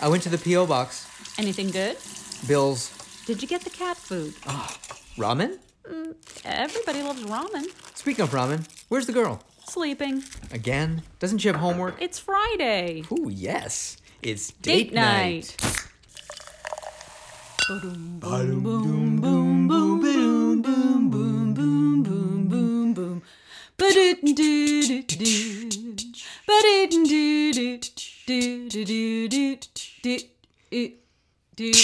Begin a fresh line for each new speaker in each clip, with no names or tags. I went to the P.O. box.
Anything good?
Bill's
Did you get the cat food?
ramen?
Everybody loves ramen.
Speaking of ramen, where's the girl?
Sleeping.
Again? Doesn't she have homework?
It's Friday.
Ooh, yes. It's date,
Date night. Good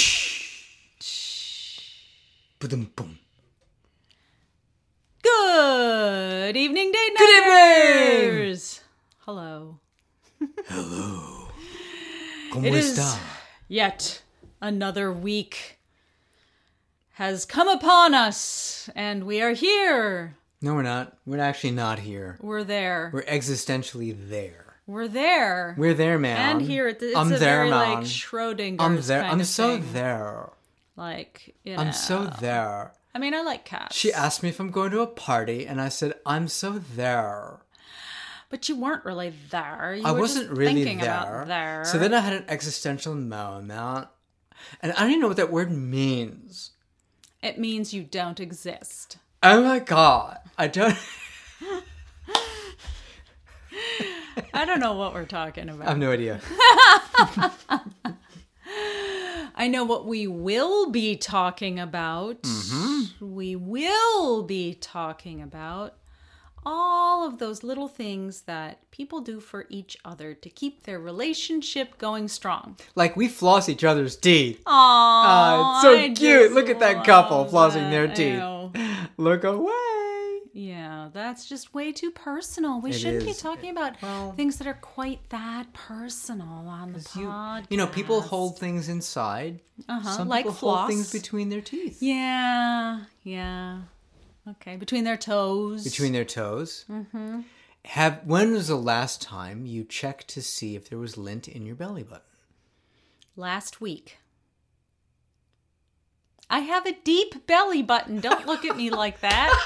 Ba-dum, boom.
evening, date
Good
nighters.
evening.
Hello.
Como
It is
está?
yet another week has come upon us, and we are here.
No, we're not. We're actually not here.
We're there. We're,
We're existentially there.
there.
We're there, man.
and here at the, it's
I'm there,
a very
man.
like Schrodinger's
I'm there.
kind
I'm
of
so
thing.
there.
Like you know,
I'm so there.
I mean, I like cats.
She asked me if I'm going to a party, and I said, I'm so there.
but you weren't really there. You
I
were
wasn't
just
really
thinking
there.
About there.
So then I had an existential moment, and I don't even know what that word means.
it means you don't exist.
Oh my god, I don't.
I don't know what we're talking about.
I have no idea.
I know what we will be talking about.
Mm-hmm.
We will be talking about all of those little things that people do for each other to keep their relationship going strong.
Like we floss each other's teeth.
Aww,
Ah, it's so cute. Look at that couple flossing their teeth. Look away.
Yeah, that's just way too personal. We
It
shouldn't be
is.
talking about
Well-
things that are quite that personal on the podcast.
You know, people hold things inside.
Uh-huh,
Some
like
people
floss.
hold things between their teeth.
Yeah, yeah. Okay, between their toes.
Between their toes. Mm-hmm. Have when was the last time you checked to see if there was lint in your belly button?
last week. I have a deep belly button. Don't look at me like that.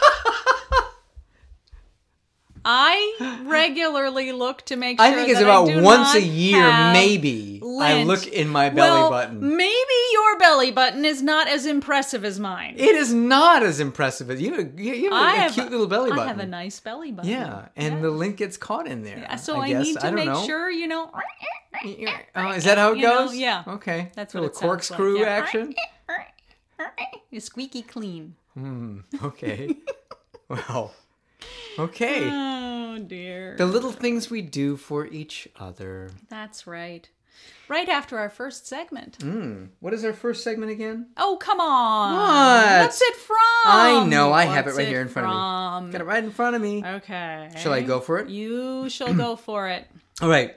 I regularly look to make sure
I think it's
that
about
do
once a
not
year,
have
maybe. I
lint.
look in my belly
well,
button.
Maybe your belly button is not as impressive as mine.
It is not as impressive as you. Have a, you
I
have a
have
cute little belly button.
I have a nice belly button.
yeah, and the lint gets caught in there.
Yeah, so I,
guess.
need to
don't
make
know.
sure you know.
Oh, is that how it
You know,
goes?
yeah.
Okay.
That's what
little
it sounds like,
corkscrew
yeah.
action.
It's squeaky clean.
Okay. well. Okay.
Oh dear.
The little things we do for each other.
That's right. Right after our first segment.
What is our first segment again?
Oh, come on.
What?
What's it from?
I know. I have it
Um, What's
right here in front of me. Got it right in front of me.
from? Okay.
Shall I go for it?
You shall go for it.
All right.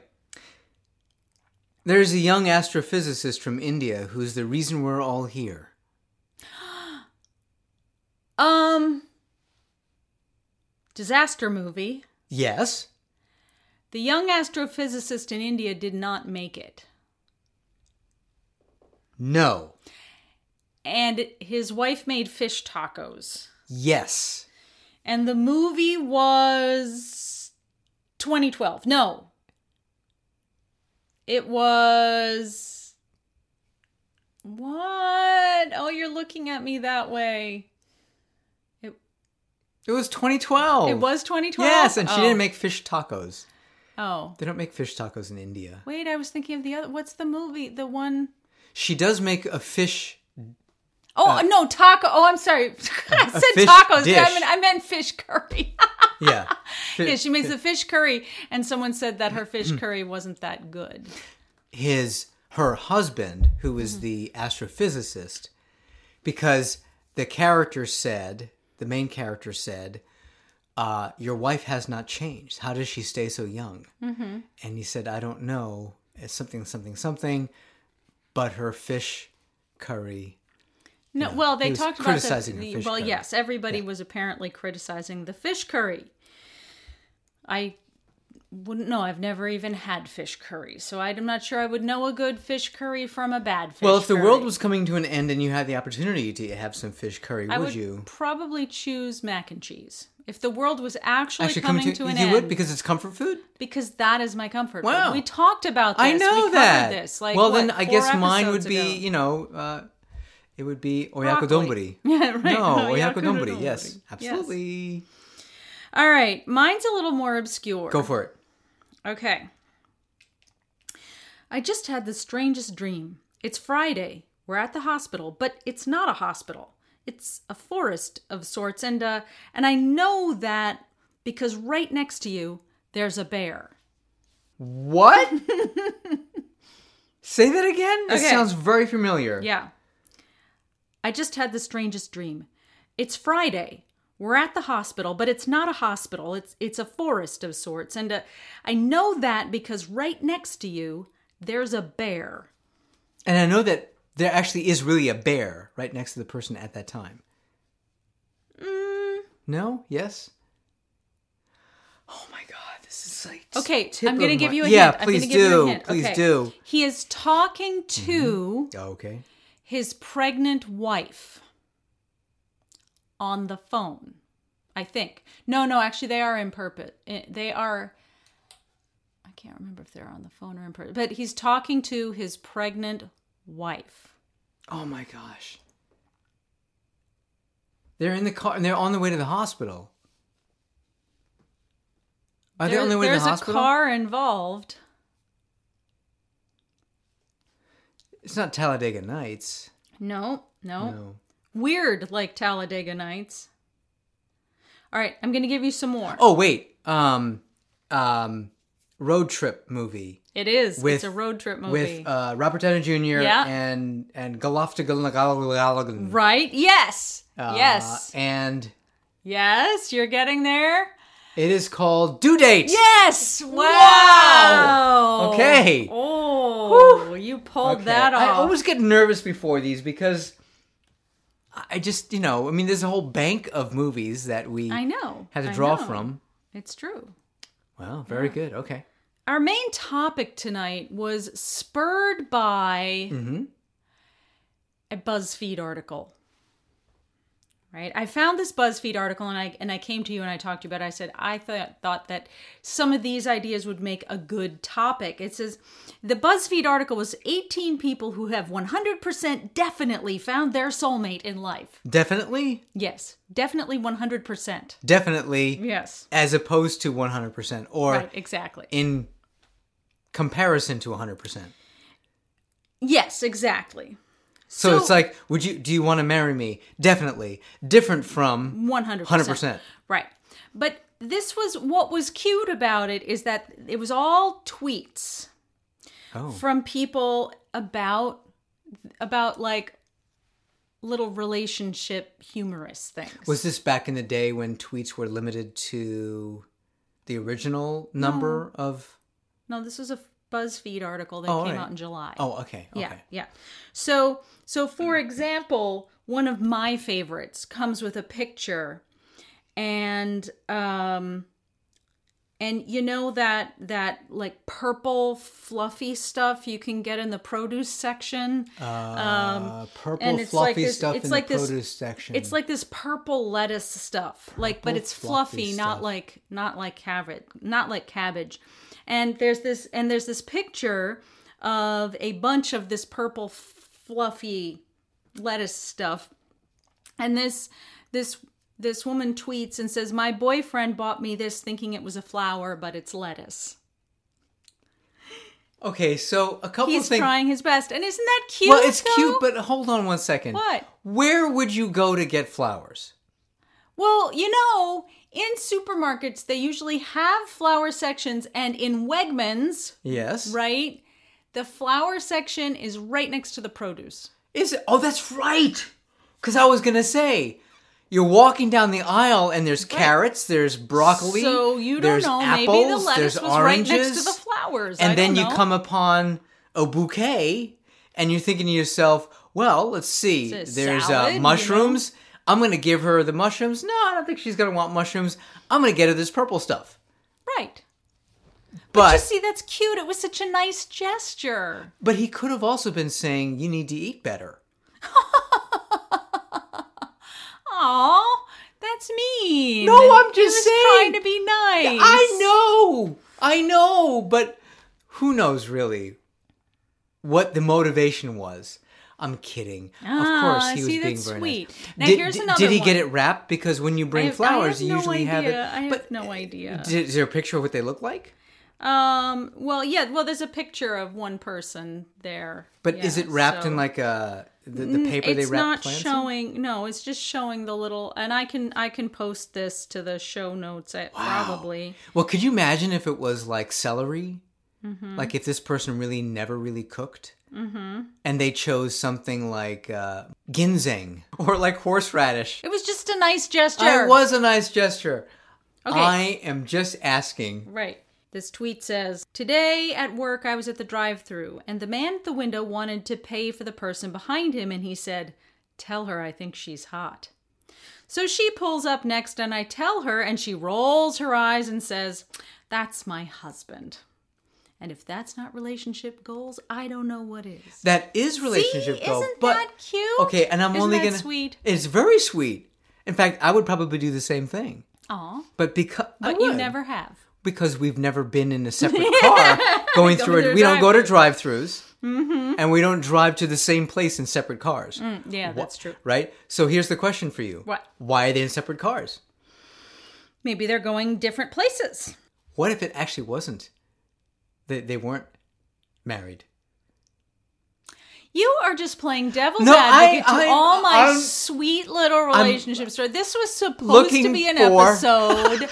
There's a young astrophysicist from India who's the reason we're all here.
Um, disaster movie.
Yes.
The young astrophysicist in India did not make it.
No.
And his wife made fish tacos.
Yes.
And the movie was 2012. No. It was. What? Oh, you're looking at me that way. It,
It was 2012.
it was 2012?
Oh. Yes, and she
Oh.
didn't make fish tacos.
Oh.
They don't make fish tacos in India.
Wait, I was thinking of the other. What's the movie? The one.
She does make a fish.
Oh, no, taco. Oh, I'm sorry. I
Uh,
said
fish
tacos. Yeah, I,
dish.
meant, I meant fish curry.
Yeah.
yeah, she makes the fish curry, and someone said that her fish
Mm.
curry wasn't that good.
his her husband, who
Mm-hmm.
is the astrophysicist, because the character said, the main character said, uh, "Your wife has not changed. How does she stay so young?" Mm-hmm. And he said, "I don't know. It's something, something, something." But her fish curry.
No, well, they
he was
talked about
criticizing
the,
the
the-
fish
well,
curry.
yes, everybody was apparently criticizing the fish curry. I wouldn't know. I've never even had fish curry, so I'm not sure I would know a good fish curry from a bad fish.
Well, if the
curry.
world was coming to an end and you had the opportunity to have some fish curry,
I
would,
would
you?
probably choose mac and cheese If the world was actually,
Actually,
coming, to, an
you
end,
would because it's comfort food.
because that is my comfort. food.
Wow.
we talked about this.
I know
we covered
that.
This, like,
well,
what,
then I
four
guess mine would
episodes
be
ago?
you know, uh, it would be oyakodonburi.
Broccoli. Yeah, right.
No, oyakodonburi.
Oyakodonburi.
Yes, absolutely.
All right, mine's a little more obscure.
Go for it.
Okay. I just had the strangest dream. It's Friday. We're at the hospital, but it's not a hospital. It's a forest of sorts and uh and I know that because right next to you there's a bear.
What? Say that again. That
Okay.
sounds very familiar.
Yeah. I just had the strangest dream. It's Friday. We're at the hospital, but it's not a hospital. It's it's a forest of sorts, and uh, I know that because right next to you there's a bear.
And I know that there actually is really a bear right next to the person at that time.
Mm,
No? Yes? Oh my god, this is like.
okay,
tip
I'm gonna
of
give
my-
you a
yeah,
hint. I'm
please
gonna
do.
give you a hint.
Please
Okay.
do. Mm-hmm. Oh,
He is talking to
Okay.
his pregnant wife on the phone. I think. No, no, actually they are in purpose. They are I can't remember if they're on the phone or in person, but he's talking to his pregnant wife.
Oh my gosh. They're in the car and they're on the way to the hospital. Are they
There-
on their way to the
there's
hospital?
a car involved.
It's not Talladega Nights.
No, no,
No.
Weird like Talladega Nights. All right, I'm going to give you some more.
Oh wait. Um um road trip movie
It is.
With-
it's a road trip movie.
with uh Robert Downey Jr.
Yeah.
and and Galofta
right? Yes. yes.
Uh, And
Yes, you're getting there.
it is called Due Date.
Yes. Wow.
Okay.
Oh, you pulled
Okay.
that off.
I always get nervous before these because I I just, you know, I mean, there's a whole bank of movies that we
I know.
had to
I
draw
know.
from.
It's true.
Well, very good. Okay.
Our main topic tonight was spurred by
Mhm.
a BuzzFeed article. Right? I found this BuzzFeed article and I and I came to you and I talked to you about it. I said I thought thought that some of these ideas would make a good topic. It says the BuzzFeed article was 18 people who have 100% definitely found their soulmate in life.
Definitely,
Yes, definitely 100%.
definitely,
Yes.
as opposed to 100%, or
Right, exactly.
in comparison to 100%.
Yes, exactly.
So,
So-
it's like, would you, do you want to marry me? Definitely. Different from
100%.
100%.
Right. But this was what was cute about it is that it was all tweets
Oh.
from people about about like little relationship humorous things.
Was this back in the day when tweets were limited to the original number of?
no, this was a BuzzFeed article that
Oh,
came
alright.
out in July.
Oh, okay, okay.
Yeah, yeah. So, so for example, one of my favorites comes with a picture, and um, and you know that that like purple fluffy stuff you can get in the produce section.
Uh, purple
Um, and it's
fluffy
like this-
stuff
it's
in
like
the
this-
produce section.
It's like this purple lettuce stuff, like but
Purple
it's
fluffy
fluffy,
stuff.
not like not like cabbage, not like cabbage. And there's this and there's this picture of a bunch of this purple f- fluffy lettuce stuff. And this this this woman tweets and says, "My boyfriend bought me this thinking it was a flower, but it's lettuce."
okay, so a couple
He's
things.
trying his best. And isn't that cute?
well, it's cute,
though?
but hold on one second.
What?
Where would you go to get flowers?
Well, you know, in supermarkets, they usually have flower sections, and in Wegmans,
Yes.
right, the flower section is right next to the produce.
Is it? Oh, that's right. Because I was gonna say, you're walking down the aisle and there's carrots, there's broccoli,
so you don't
there's
know,
apples,
maybe the
there's
lettuce was
oranges,
right next to the flowers.
and
I
then
don't
you
know.
come upon a bouquet and you're thinking to yourself well let's see
It's a
there's
salad,
uh,
you
mushrooms i'm gonna give her the mushrooms no i don't think she's gonna want mushrooms i'm gonna get her this purple stuff
right.
but
You see, that's cute. It was such a nice gesture.
but he could have also been saying you need to eat better
Aw, that that's mean.
No, I'm just saying.
trying to be nice.
I know, I know, but who knows really what the motivation was? I'm kidding.
Ah,
of course, he was
see,
being
that's
very
sweet.
nice.
Now,
did,
here's
did-
another
Did he
one.
get it wrapped? Because when you
I
bring
have- I
flowers,
have
you
no
usually
idea.
have it.
I have
but
no idea.
d- is there a picture of what they look like?
Um. Well, yeah. Well, there's a picture of one person there.
But
Yeah,
is it wrapped
so-
in like a the, the paper
it's
they wrap
not
plants in?
showing. No, it's just showing the little. And I can I can post this to the show notes. At probably.
Well, could you imagine if it was like celery?
Mm-hmm.
Like if this person really never really cooked, and they chose something like uh, ginseng or like horseradish.
It was just a nice gesture.
It was a nice gesture.
Okay.
I am just asking.
Right. This tweet says Today at work, I was at the drive thru, and the man at the window wanted to pay for the person behind him, and he said, Tell her I think she's hot. So she pulls up next, and I tell her, and she rolls her eyes and says, That's my husband. And if that's not relationship goals, I don't know what is.
That is relationship
See,
goal,
isn't
but
that cute?
okay, and I'm
Isn't
only
that
gonna.
sweet.
It's very sweet. In fact, I would probably do the same thing,
Aw,
but because
but you never have.
because we've never been in a separate car going through
through Mm-hmm.
it. We don't go to drive-throughs, and we don't drive to the same place in separate cars,
Yeah, Mm, that's true.
right? So here's the question for you:
What?
Why are they in separate cars?
Maybe they're going different places.
What if it actually wasn't? They they weren't married.
You are just playing devil's
No,
advocate
I- I-
to all my
I'm-
sweet little relationship story. This was supposed to
looking
be an
for-
episode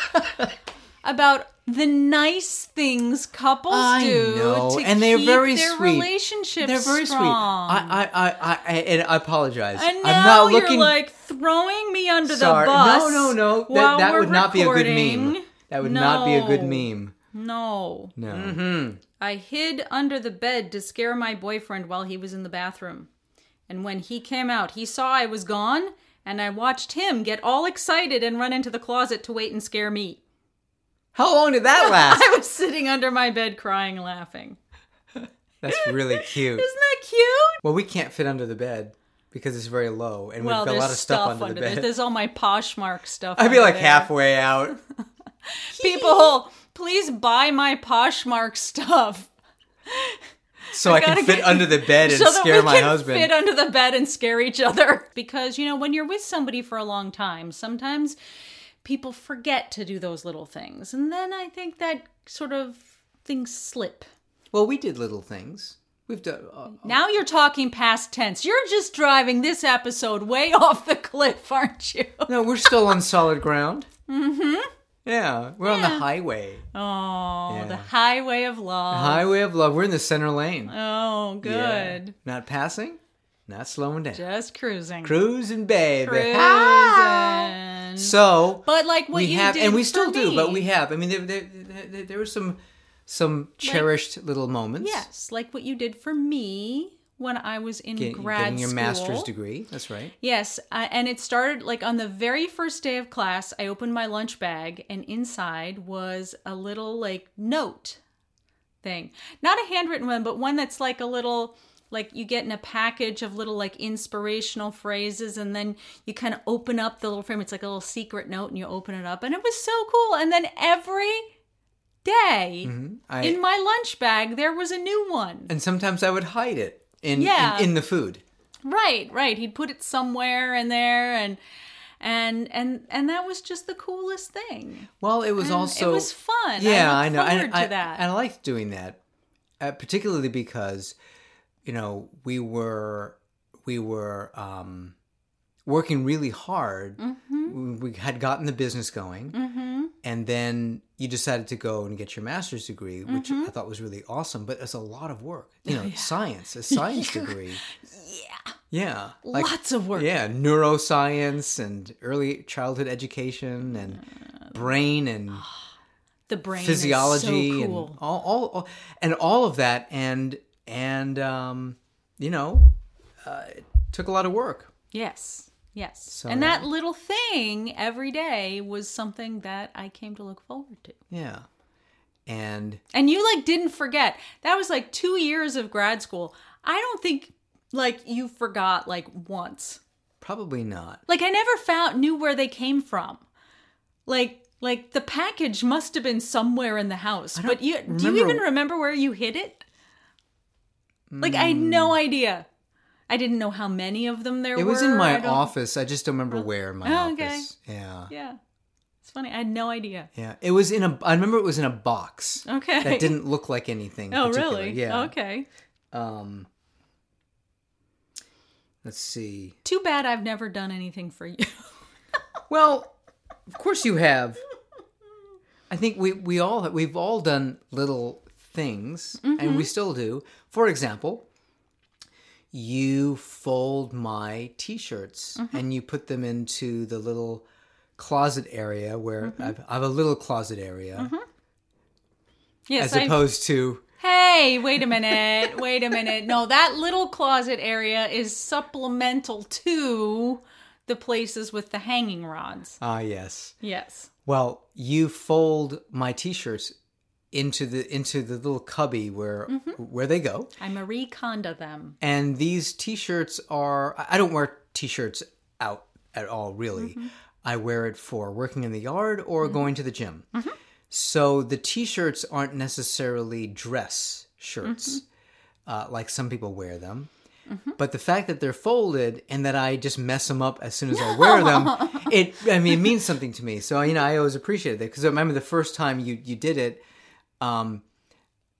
about the nice things couples
I
do
know,
to
and they're
keep
very
their
sweet.
relationships
They're very sweet.
strong.
I I I I, and I apologize.
and
I'm
now
not looking.
you're like throwing me under
sorry.
the bus.
No, no, no. That,
while
that
we're
would not be a good meme.
recording.
That would not be a good
No. Mm-hmm.
meme.
No.
No.
I hid under the bed to scare my boyfriend while he was in the bathroom. And when he came out, he saw I was gone, and I watched him get all excited and run into the closet to wait and scare me.
How long did that last?
I was sitting under my bed crying, laughing.
That's really cute.
Isn't that cute?
Well, we can't fit under the bed because it's very low, and
Well,
we've got
there's
a lot of stuff, under, the
there.
bed.
There's all my Poshmark stuff.
I'd be
under
like
there.
halfway out.
People, please buy my Poshmark stuff
so I can
gotta
fit
get-
under the bed and
so that
scare
we
my
can
husband.
fit under the bed and scare each other. Because you know, when you're with somebody for a long time, sometimes people forget to do those little things, and then I think that sort of things slip.
well, we did little things. We've done. Uh,
Now you're talking past tense. You're just driving this episode way off the cliff, aren't you?
no, we're still on solid ground. Mm-hmm. Yeah, we're on the highway,
Oh,
Yeah.
the highway of love.
highway of love. We're in the center lane.
oh,
Yeah.
good.
Not passing, not slowing down.
Just cruising.
Cruising, baby.
Cruising.
Ah! So
But like what
we
you
have,
did
and we
for
still do, but
me.
we have. I mean, there, there, there, there were some some cherished little moments.
Yes, like what you did for me when I was in
Get-
grad
getting your
school.
master's degree. That's right.
Yes, uh, and it started like on the very first day of class. I opened my lunch bag, and inside was a little like note thing, not a handwritten one, but one that's like a little like you get in a package of little like inspirational phrases and then you kind of open up the little frame it's like a little secret note and you open it up and it was so cool and then every day
Mm-hmm. I,
in my lunch bag there was a new one
and sometimes I would hide it in
Yeah.
in, in the food.
Right, right. He'd put it somewhere in there and and and and that was just the coolest thing.
Well, it was
And
also
Mm, it was fun.
Yeah, I,
I, look
know.
Forward
And I,
to that.
and I liked doing that, uh, particularly because you know we were we were um, working really hard.
Mm-hmm.
We, we had gotten the business going, and then you decided to go and get your master's degree, which I
Mm-hmm.
thought was really awesome. But it's a lot of work.
Oh,
You know, science, a science degree. Yeah. Yeah. Like,
Lots of work.
yeah, neuroscience and early childhood education and brain and
The brain is so
physiology and
cool.
all, all, all and all of that and and um, you know uh, it took a lot of work.
Yes. Yes. and that little thing every day was something that I came to look forward to.
Yeah, and
And you like didn't forget. That was like 2 years of grad school. I don't think like you forgot like once.
Probably not.
Like I never found knew where they came from. Like like the package must have been somewhere in the house. But you do you
remember-
even remember where you hid it? Like I had no idea. I didn't know how many of them there
Mm. It
were.
was in my
I don't-
office. I just don't remember where in my
Oh, okay.
office. Yeah.
Yeah. It's funny. I had no idea.
Yeah. It was in a I remember it was in a box
Okay.
that didn't look like anything.
Oh
particular.
really?
Yeah.
Okay.
Um Let's see.
Too bad I've never done anything for you.
Well, of course you have. I think we we all we've all done little things, and we still do. For example, you fold my t-shirts and you put them into the little closet area where I've, I have a little closet area
Yes,
as
I
opposed to
Hey, wait a minute. Wait a minute. No, that little closet area is supplemental to the places with the hanging rods.
ah yes.
Yes.
Well, you fold my t-shirts into the into the little cubby where where they go.
I Marie Kondo them.
and these t-shirts are i I don't wear t-shirts out at all really i wear it for working in the yard or going to the gym so the t-shirts aren't necessarily dress shirts
Mm-hmm.
uh, like some people wear them But the fact that they're folded and that I just mess them up as soon as I wear them, it I mean it means something to me. So you know I always appreciated that because I remember the first time you you did it, um,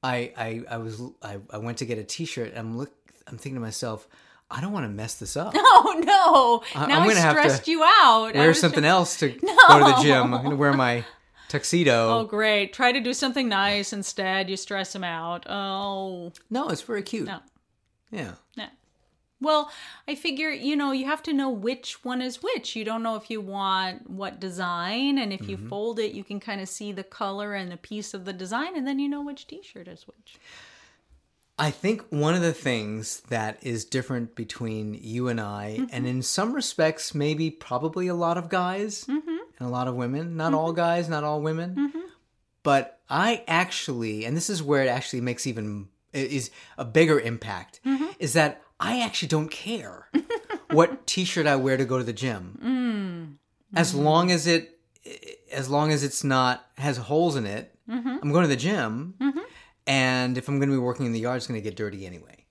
I I I was I, I went to get a T-shirt. And I'm look. I'm thinking to myself, I don't want to mess this up.
Oh no.
I-
now
I'm
I
gonna have to
stressed you out. I
Wear
was
something
just-
else to go to the gym. I'm gonna wear my tuxedo.
Oh great. Try to do something nice instead. You stress them out. Oh.
No, it's very cute.
No.
Yeah.
No. Well, I figure, you know, you have to know which one is which. You don't know if you want what design, and if you
Mm-hmm.
fold it, you can kind of see the color and a piece of the design, and then you know which t shirt is which.
I think one of the things that is different between you and I, and in some respects, maybe probably a lot of guys and a lot of women, not all guys, not all women, but I actually, and this is where it actually makes even is a bigger impact, is that I actually don't care what t-shirt I wear to go to the gym, as long as it, as long as it's not has holes in it. I'm going to the gym and if I'm going to be working in the yard, it's going to get dirty anyway.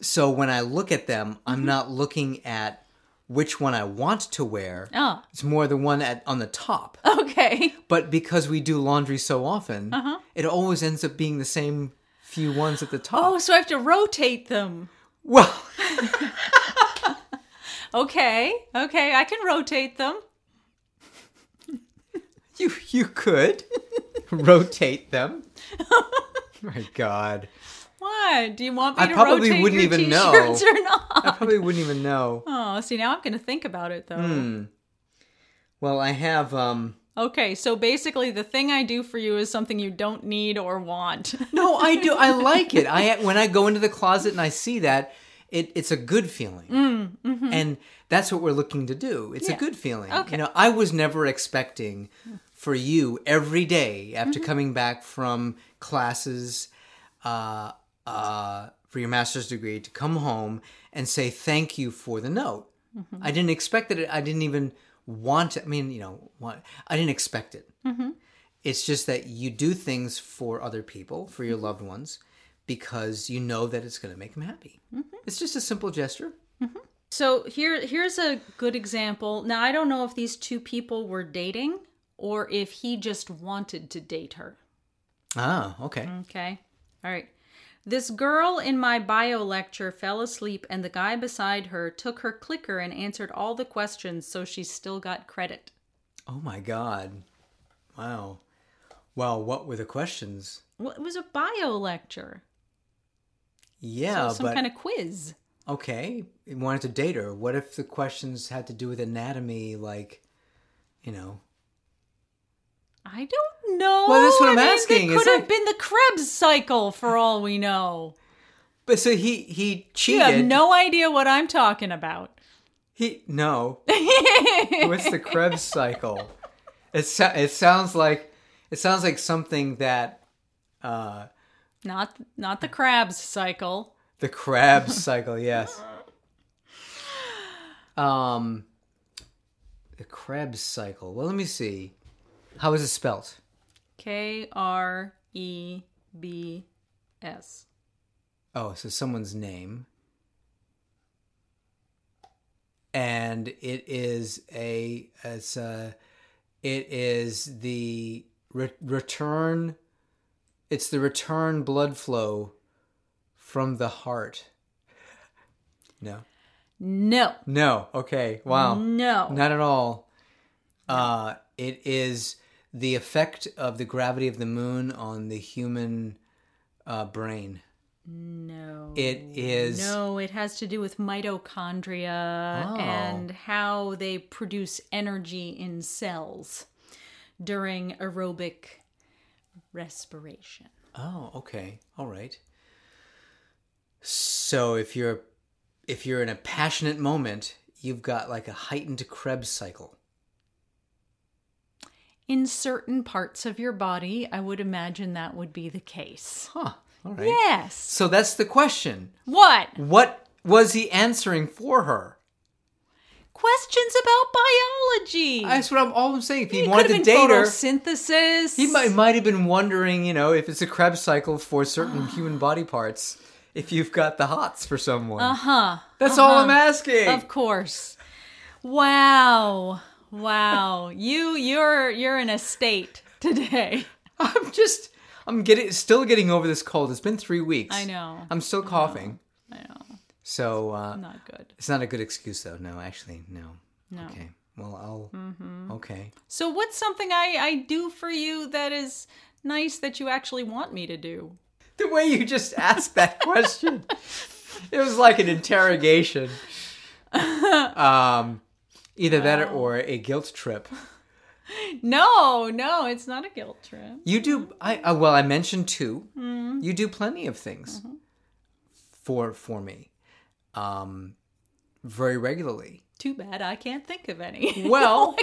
So when I look at them, I'm not looking at which one I want to wear.
Oh,
It's more the one at on the top.
okay.
But because we do laundry so often, it always ends up being the same few ones at the top.
Oh, so I have to rotate them.
Well,
Okay, okay, I can rotate them.
you you could rotate them. My God,
Why? Do you want me
I
to
probably
rotate
wouldn't
your
even know.
t-shirts or
I
not?
probably wouldn't even know.
Oh, see, now I'm going to think about it, though.
Hmm. Well, I have um.
Okay, so basically, the thing I do for you is something you don't need or want.
No, I do. I like it. I when I go into the closet and I see that, it, it's a good feeling, and that's what we're looking to do. It's a good feeling.
Okay.
You know, I was never expecting for you every day after coming back from classes uh, uh, for your master's degree to come home and say thank you for the note. I didn't expect it. I didn't even want. I mean, you know, want, I didn't expect it. It's just that you do things for other people, for
Mm-hmm.
your loved ones, because you know that it's going to make them happy.
Mm-hmm.
It's just a simple gesture.
So here here's a good example. Now I don't know if these two people were dating or if he just wanted to date her.
Ah, okay.
Okay. All right. This girl in my bio lecture fell asleep and the guy beside her took her clicker and answered all the questions so she still got credit.
Oh my God. Wow. Well, what were the questions?
Well, it was a bio lecture.
Yeah,
some
but
kind of quiz.
okay. You wanted to date her. What if the questions had to do with anatomy, like, you know?
I don't know.
Well, that's what
I
I'm
mean,
asking.
It
Is
could have
it-
been the Krebs cycle for all we know.
But so he he
You
cheated.
have no idea what I'm talking about.
He no. What's the Krebs cycle? It so, it sounds like it sounds like something that uh
Not not the crabs cycle.
the Krebs cycle. Yes. Um, the Krebs cycle. Well, let me see. How is it spelt?
K R E B S.
Oh, so someone's name. And it is a it's a it is the re- return it's the return blood flow from the heart. No.
No.
No. Okay.
Mm-hmm.
Wow.
No.
Not at all. Uh, it is the effect of the gravity of the moon on the human uh, brain.
No.
It is.
No, it has to do with mitochondria
Oh.
and how they produce energy in cells during aerobic respiration.
Oh, okay. All right. So if you're if you're in a passionate moment, you've got like a heightened Krebs cycle.
In certain parts of your body, I would imagine that would be the case.
Huh. All right.
Yes.
So that's the question.
What?
What was he answering for her?
Questions about biology.
That's what I'm all I'm saying. If he,
It
wanted to
could've
date
been
her,
photosynthesis.
He might, might have been wondering, you know, if it's a Krebs cycle for certain human body parts, if you've got the hots for someone.
Uh huh.
That's all I'm asking.
Of course. Wow. Wow. you you're you're in a state today.
I'm just, I'm getting, still getting over this cold. It's been three weeks.
I know.
I'm still coughing.
I know.
So uh,
Not good.
it's not a good excuse, though. No, actually, no.
No. Mm-hmm.
Okay. Well, I'll. Okay.
So what's something I I do for you that is nice that you actually want me to do?
The way you just asked that question, it was like an interrogation. Um, either that or a guilt trip.
No, no, it's not a guilt trip.
You do. I uh, well, I mentioned 2
Mm-hmm.
You do plenty of things for for me, um, very regularly.
Too bad I can't think of any.
Well,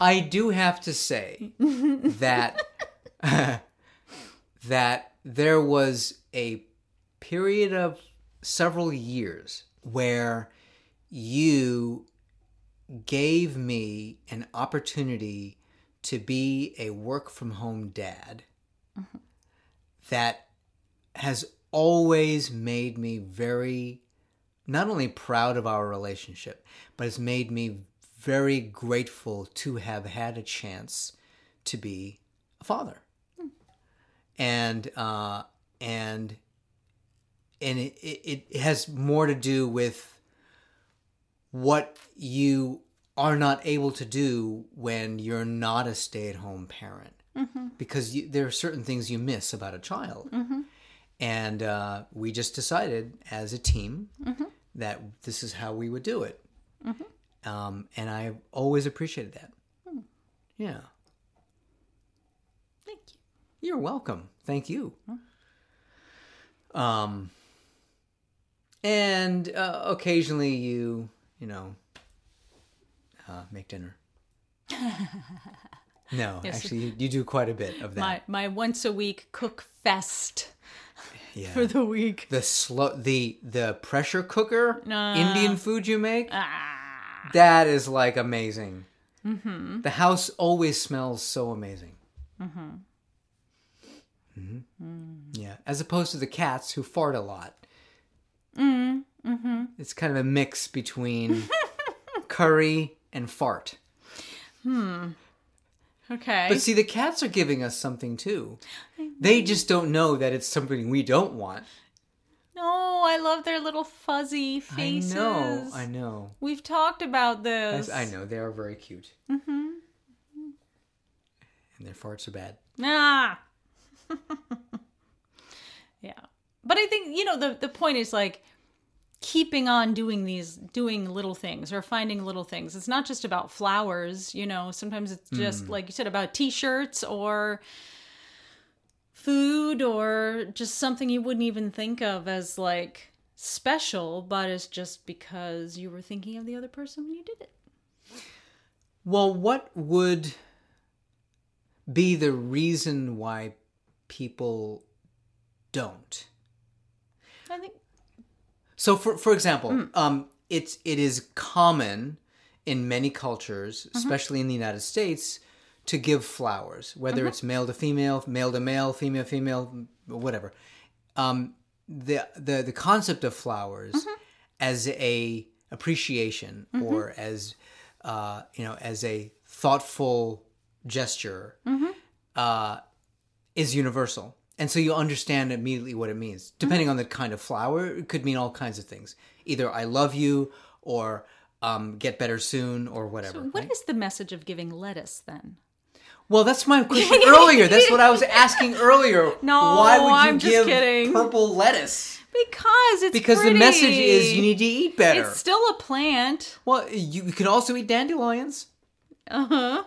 I do have to say that that there was a period of several years where you gave me an opportunity to be a work from home dad that has always made me very not only proud of our relationship, but it's made me very grateful to have had a chance to be a father. And uh, and and it, it it has more to do with what you are not able to do when you're not a stay-at-home parent, because you, there are certain things you miss about a child. And uh, we just decided as a team that this is how we would do it.
Mm-hmm.
Um, and I always appreciated that.
Hmm.
Yeah.
Thank you.
You're welcome. Thank you. Um, and uh, occasionally you, you know, uh, make dinner. no,
Yes.
actually, you, you do quite a bit of that.
My my once a week cook fest
yeah.
for the week.
the slow, the the pressure cooker
No.
Indian food you make.
Ah.
That is like amazing. Mm-hmm. The house always smells so amazing. Mm-hmm. Yeah, as opposed to the cats who fart a lot. Mm-hmm. It's kind of a mix between curry and fart.
Okay.
But see, the cats are giving us something too. They just don't know that it's something we don't want.
No, I love their little fuzzy faces.
I know, I know.
We've talked about
Yes, Mm-hmm.
this.
I know, they are very cute. And their farts are bad.
Ah. yeah. But I think, you know, the, the point is like keeping on doing these, doing little things or finding little things. It's not just about flowers, you know, sometimes it's just, like you said, about t shirts or food or just something you wouldn't even think of as like special, but it's just because you were thinking of the other person when you did it.
Well, what would be the reason why people don't?
I think
So, for for example, um, it's it is common in many cultures, especially in the United States, to give flowers, whether it's male to female, male to male, female female, whatever. Um, the the the concept of flowers as a appreciation or as uh, you know as a thoughtful gesture uh, is universal. And so you understand immediately what it means. Depending on the kind of flower, it could mean all kinds of things. Either I love you or um, get better soon or whatever.
What is the message of giving lettuce then?
Well, that's my question earlier. That's what I was asking earlier.
No,
Why would you
I'm just
give
kidding.
purple lettuce?
Because it's
Because the message is you
pretty.
need to eat better.
It's still a plant.
Well, you, you can also eat dandelions.
Uh huh.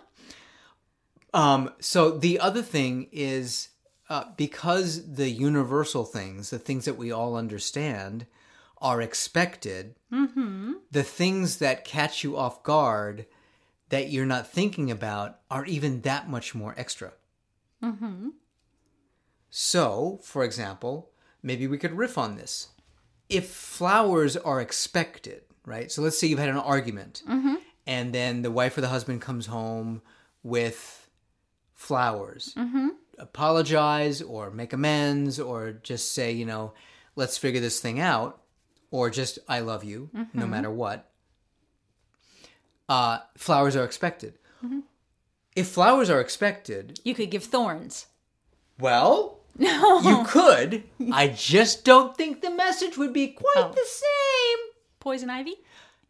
Um, so the other thing is uh, because the universal things, the things that we all understand, are expected, the things that catch you off guard that you're not thinking about are even that much more extra. So, for example, maybe we could riff on this. If flowers are expected, right? So let's say you've had an argument and then the wife or the husband comes home with flowers.
Mm-hmm.
Apologize or make amends or just say, you know, let's figure this thing out or just I love you
Mm-hmm.
no matter what. Uh, flowers are expected.
Mm-hmm.
If flowers are expected,
You could give thorns.
well, you could. I just don't think the message would be quite
Oh.
the same.
Poison ivy?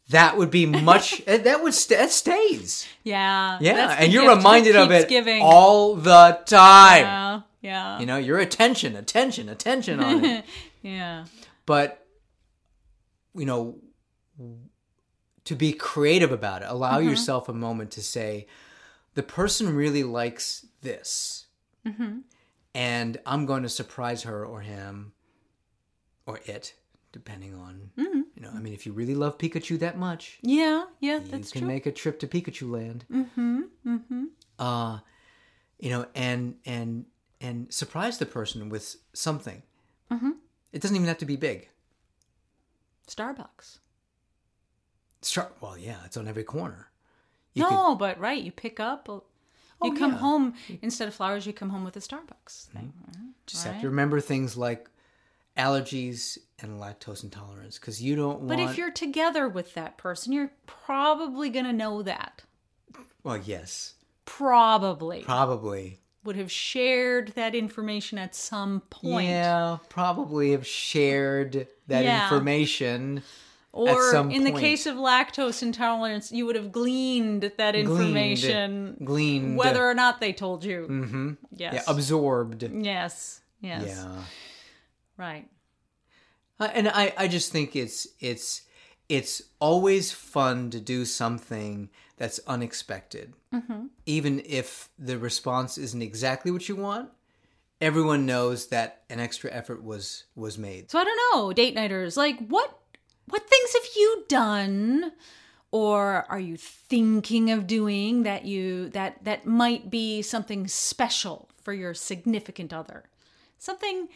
That would be much. eh, that would st- that stays.
Yeah.
Yeah,
that's the
and you're
gift that
reminded of
keeps
it
giving.
all the time.
Yeah. Yeah.
You know, your attention, attention, attention on it.
yeah.
But you know, to be creative about it, allow yourself a moment to say, the person really likes this, and I'm going to surprise her or him or it, depending on you know. I mean, if you really love Pikachu that much,
Yeah. Yeah. That's
you can
true.
make a trip to Pikachu Land. Mm-hmm. Mm-hmm. Uh, you know, and and and surprise the person with something. Mm-hmm. It doesn't even have to be big.
Starbucks.
Start, well, yeah, it's on every corner. You could- Oh,
No, but right. You pick up. a- You come
yeah. Mm-hmm.
home instead of flowers. You come home with a Starbucks thing.
just have to remember things like allergies and lactose intolerance because you don't
But
want.
if you're together with that person, you're probably gonna know that.
well, yes,
Probably
probably.
would have shared that information at some point.
Yeah, probably have shared that
Yeah.
information.
Or
some
in the
point.
case of lactose intolerance, you would have gleaned that
gleaned-
information,
gleaned,
whether or not they told you.
hmm
Yes.
yeah, absorbed.
yes. Yes.
Yeah.
Right.
Uh, and I, I just think it's it's it's always fun to do something that's unexpected
Mm-hmm.
even if the response isn't exactly what you want everyone knows that an extra effort was was made
So I don't know, date nighters, like what what things have you done or are you thinking of doing that you that that might be something special for your significant other? Something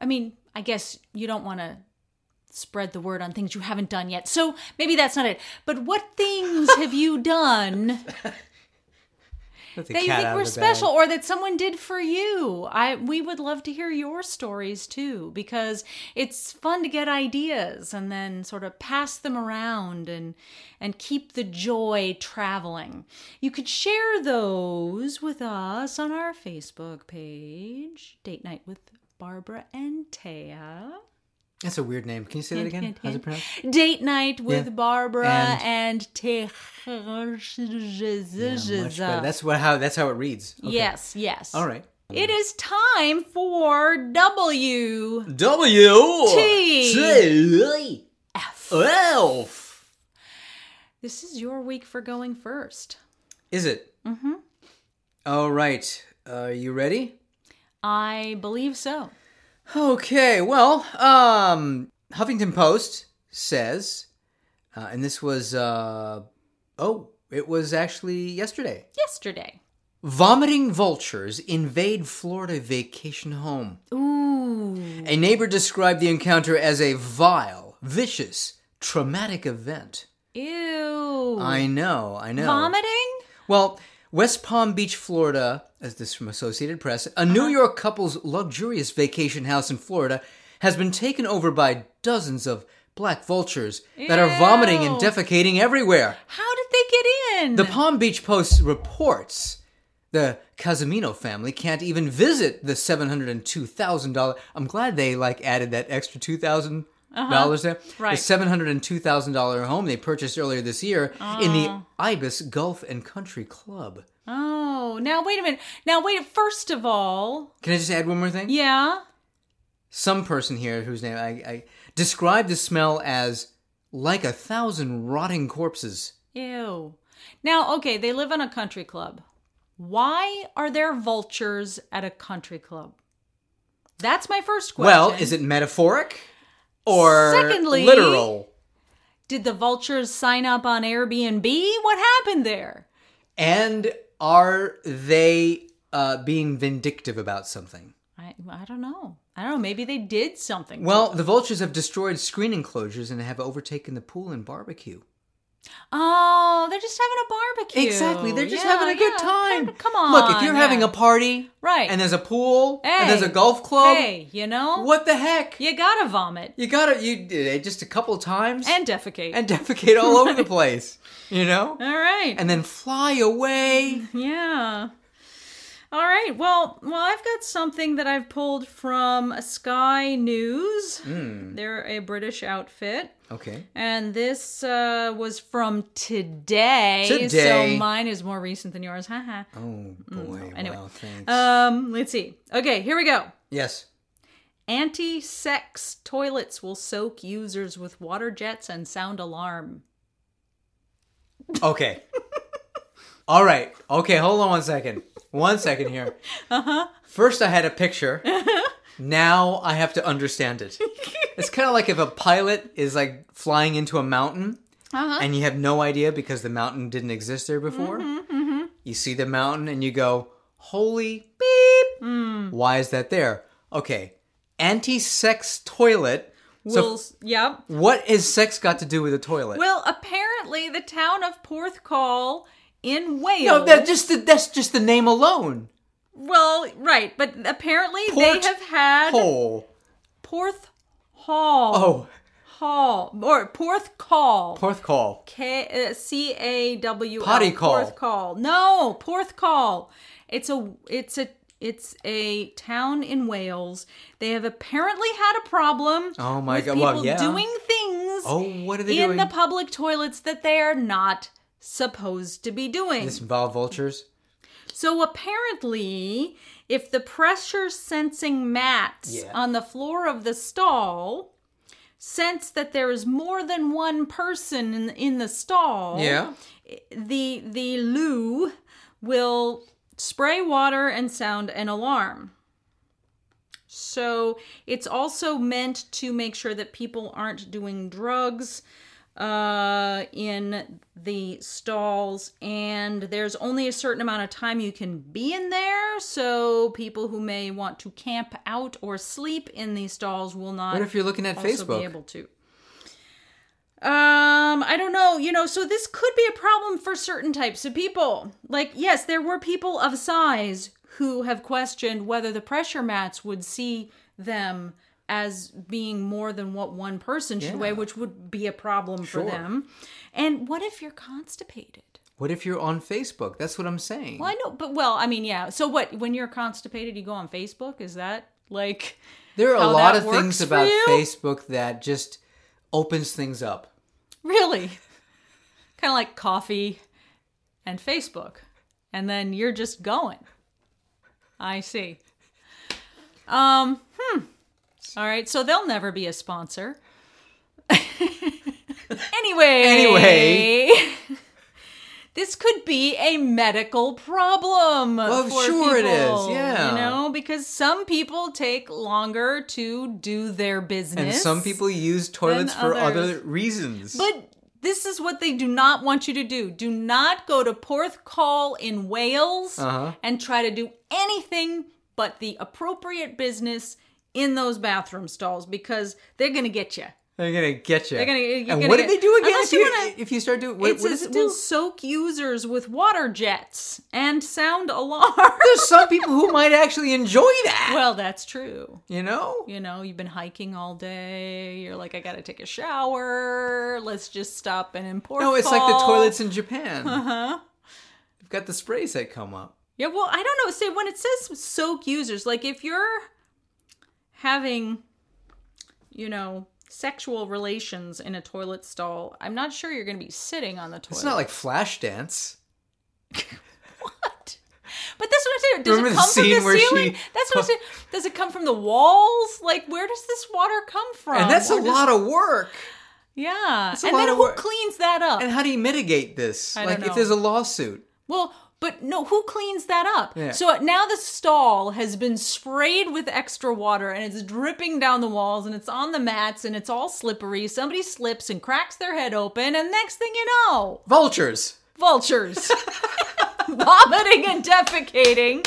I mean, I guess you don't want to spread the word on things you haven't done yet. So maybe that's not it. But what things have you done
Let the
that you
cat
think
out
were
of the bag.
special or that someone did for you. I we would love to hear your stories too because it's fun to get ideas and then sort of pass them around and and keep the joy traveling. You could share those with us on our Facebook page, Date Night with Barbara and Taya.
that's a weird name can you say that again
hint,
how's it
hint.
pronounced
Date Night with
Yeah.
Barbara and,
And- Yeah, much better.
Taya.
that's what how that's how it reads Okay.
Yes, yes.
all right
It is time for W.
w
T.
T. elf
This is your week for going first.
is it mm-hmm all right are you ready
I believe so.
Okay, well, um, Huffington Post says, uh, and this was, uh, oh, it was actually yesterday.
Yesterday.
Vomiting vultures invade Florida vacation home.
Ooh.
A neighbor described the encounter as a vile, vicious, traumatic event.
Ew.
I know, I know.
Vomiting?
Well, West Palm Beach, Florida, as this is from Associated Press, a
Uh-huh.
New York couple's luxurious vacation house in Florida has been taken over by dozens of black vultures that are vomiting and
Ew.
defecating everywhere.
How did they get in?
The Palm Beach Post reports the Casimino family can't even visit the seven hundred and two thousand dollar. I'm glad they like added that extra two thousand dollars there.
Uh-huh. Right.
the seven hundred and two thousand dollar home they purchased earlier this year in the Ibis Golf and Country Club.
oh, now wait a minute. Now wait. First of all,
Can I just add one more thing?
yeah.
Some person here whose name I, I described the smell as like a thousand rotting corpses.
Ew. Now, okay, they live in a country club. Why are there vultures at a country club? That's my first question.
Well, is it metaphoric or
Secondly-
literal?
Did the vultures sign up on Airbnb? What happened there?
And are they uh, being vindictive about something?
I I don't know. I don't know. Maybe they did something. to
Well,
them.
the vultures have destroyed screen enclosures and have overtaken the pool and barbecue.
oh, they're just having a barbecue.
Exactly, they're just
Yeah,
having a good
yeah.
time.
Come- Come on.
Look, if you're
yeah.
having a party,
right
and there's a pool, and there's
Hey.
a golf club,
hey, you know,
what the heck?
you gotta vomit
You gotta you eh, just a couple times
and defecate.
and defecate all over the place, you know,
All right.
and then fly away.
Yeah. All right. Well, well, I've got something that I've pulled from Sky News.
Hmm.
They're a British outfit,
Okay,
and this uh, was from today.
Today.
So mine is more recent than yours. Haha.
oh boy,
Mm, anyway.
wow, thanks.
Um, let's see. Okay, here we go.
yes,
Anti-sex toilets will soak users with water jets and sound alarm.
Okay. All right. Okay, hold on one second. One second here. Uh-huh. First I had a picture. now I have to understand it. It's kind of like if a pilot is like flying into a mountain
Uh-huh.
and you have no idea because the mountain didn't exist there before.
Mm-hmm,
You see the mountain and you go, "Holy beep.
Mm.
Why is that there?" Okay. Anti-sex toilet.
Will,
so
yep.
what is sex got to do with a toilet?
Well, apparently the town of Porthcawl in Wales.
no, that just the, that's just the name alone.
well, right, but apparently
Port
they have had
Hole.
Porth Hall,
Oh,
Hall or Porth Call.
Porth call.
K uh, C A W L,
Potty call.
Porth Call. No, Porth Call. It's a it's a it's a town in Wales. They have apparently had a problem.
Oh my
with
God,
People
well, yeah.
doing things.
Oh, what are they
in
doing?
the public toilets that they are not supposed to be doing.
This involve vultures.
So apparently, if the pressure sensing mats
Yeah.
on the floor of the stall sense that there is more than one person in, in the stall, the the loo will spray water and sound an alarm. So it's also meant to make sure that people aren't doing drugs uh, in the stalls, and there's only a certain amount of time you can be in there. So people who may want to camp out or sleep in these stalls will not
What if you're looking at
also be
Facebook?
able to. Um, I don't know, you know, so this could be a problem for certain types of people. Like, yes, there were people of size who have questioned whether the pressure mats would see them as being more than what one person should weigh, which would be a problem
Sure.
for them. And what if you're constipated?
What if you're on Facebook? That's what I'm saying.
Well, I know, but well, I mean, yeah. So what, when you're constipated, you go on Facebook? Is that like,
There are a
how
lot
that
of things
works for
about
you?
Facebook that just opens things up.
Really? kind of like coffee and Facebook. And then you're just going. I see. Um, hmm. All right, so they'll never be a sponsor. anyway.
Anyway.
This could be a medical problem.
Well,
for
sure it is,
people,
yeah.
You know, because some people take longer to do their business.
And some people use toilets for
others.
other reasons.
But this is what they do not want you to do. Do not go to Porthcawl in Wales
Uh-huh.
and try to do anything but the appropriate business in those bathroom stalls because they're going to get you.
They're gonna get you.
They're gonna- you're
and
gonna
what
get-
did they do again?
Unless
if
you
you,
wanna-
if you start doing, what,
it
what does
says
it
will
do?
soak users with water jets and sound alarms.
There's some people who might actually enjoy that.
well, that's true.
you know,
You know, you've been hiking all day. You're like, I gotta take a shower. Let's just stop and import.
no, it's like the
call."
toilets in Japan.
Uh-huh.
They've got the sprays that come up.
Yeah, well, I don't know. Say when it says soak users, like if you're having, you know, sexual relations in a toilet stall, I'm not sure you're going to be sitting on the toilet.
It's not like Flashdance.
what? But that's what I'm saying. Does
Remember
it
the
come from
scene
the
where
ceiling?
she-
That's what I'm saying. Does it come from the walls? Like, where does this water come from?
and that's a
Or does-
lot of work.
Yeah.
a
and
lot
then
of
who
work.
cleans that up?
And how do you mitigate this?
I
like
don't know.
if there's a lawsuit.
Well, but no, who cleans that up?
Yeah.
So now the stall has been sprayed with extra water and it's dripping down the walls and it's on the mats and it's all slippery. Somebody slips and cracks their head open, and next thing you know,
Vultures.
vultures vomiting and defecating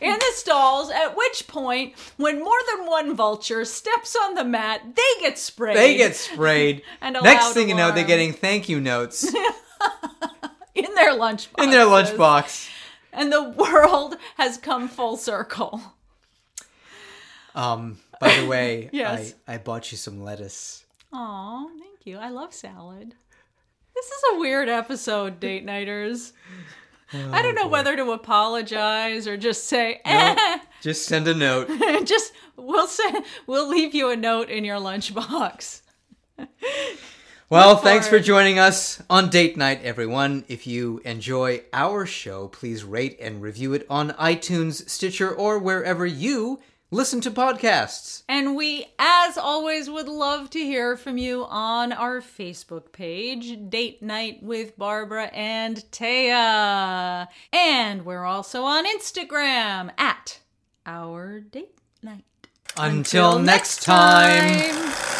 in the stalls. At which point, when more than one vulture steps on the mat, they get sprayed.
They get sprayed.
And a
Next
loud
thing you know, they're
alarm.
getting thank you notes
in their lunchbox.
in their lunchbox.
And the world has come full circle.
Um, by the way,
Yes.
I, I bought you some lettuce.
Aw, thank you. I love salad. This is a weird episode, date nighters. I don't know whether to apologize or just say, eh,
Just send a note.
just we'll send, we'll leave you a note in your lunchbox.
Well, thanks for
forward.
joining us on date night, everyone. If you enjoy our show, please rate and review it on iTunes, Stitcher, or wherever you listen to podcasts.
And we, as always, would love to hear from you on our Facebook page, Date Night with Barbara and Taya. And we're also on Instagram at Our Date Night.
Until, next time.
time.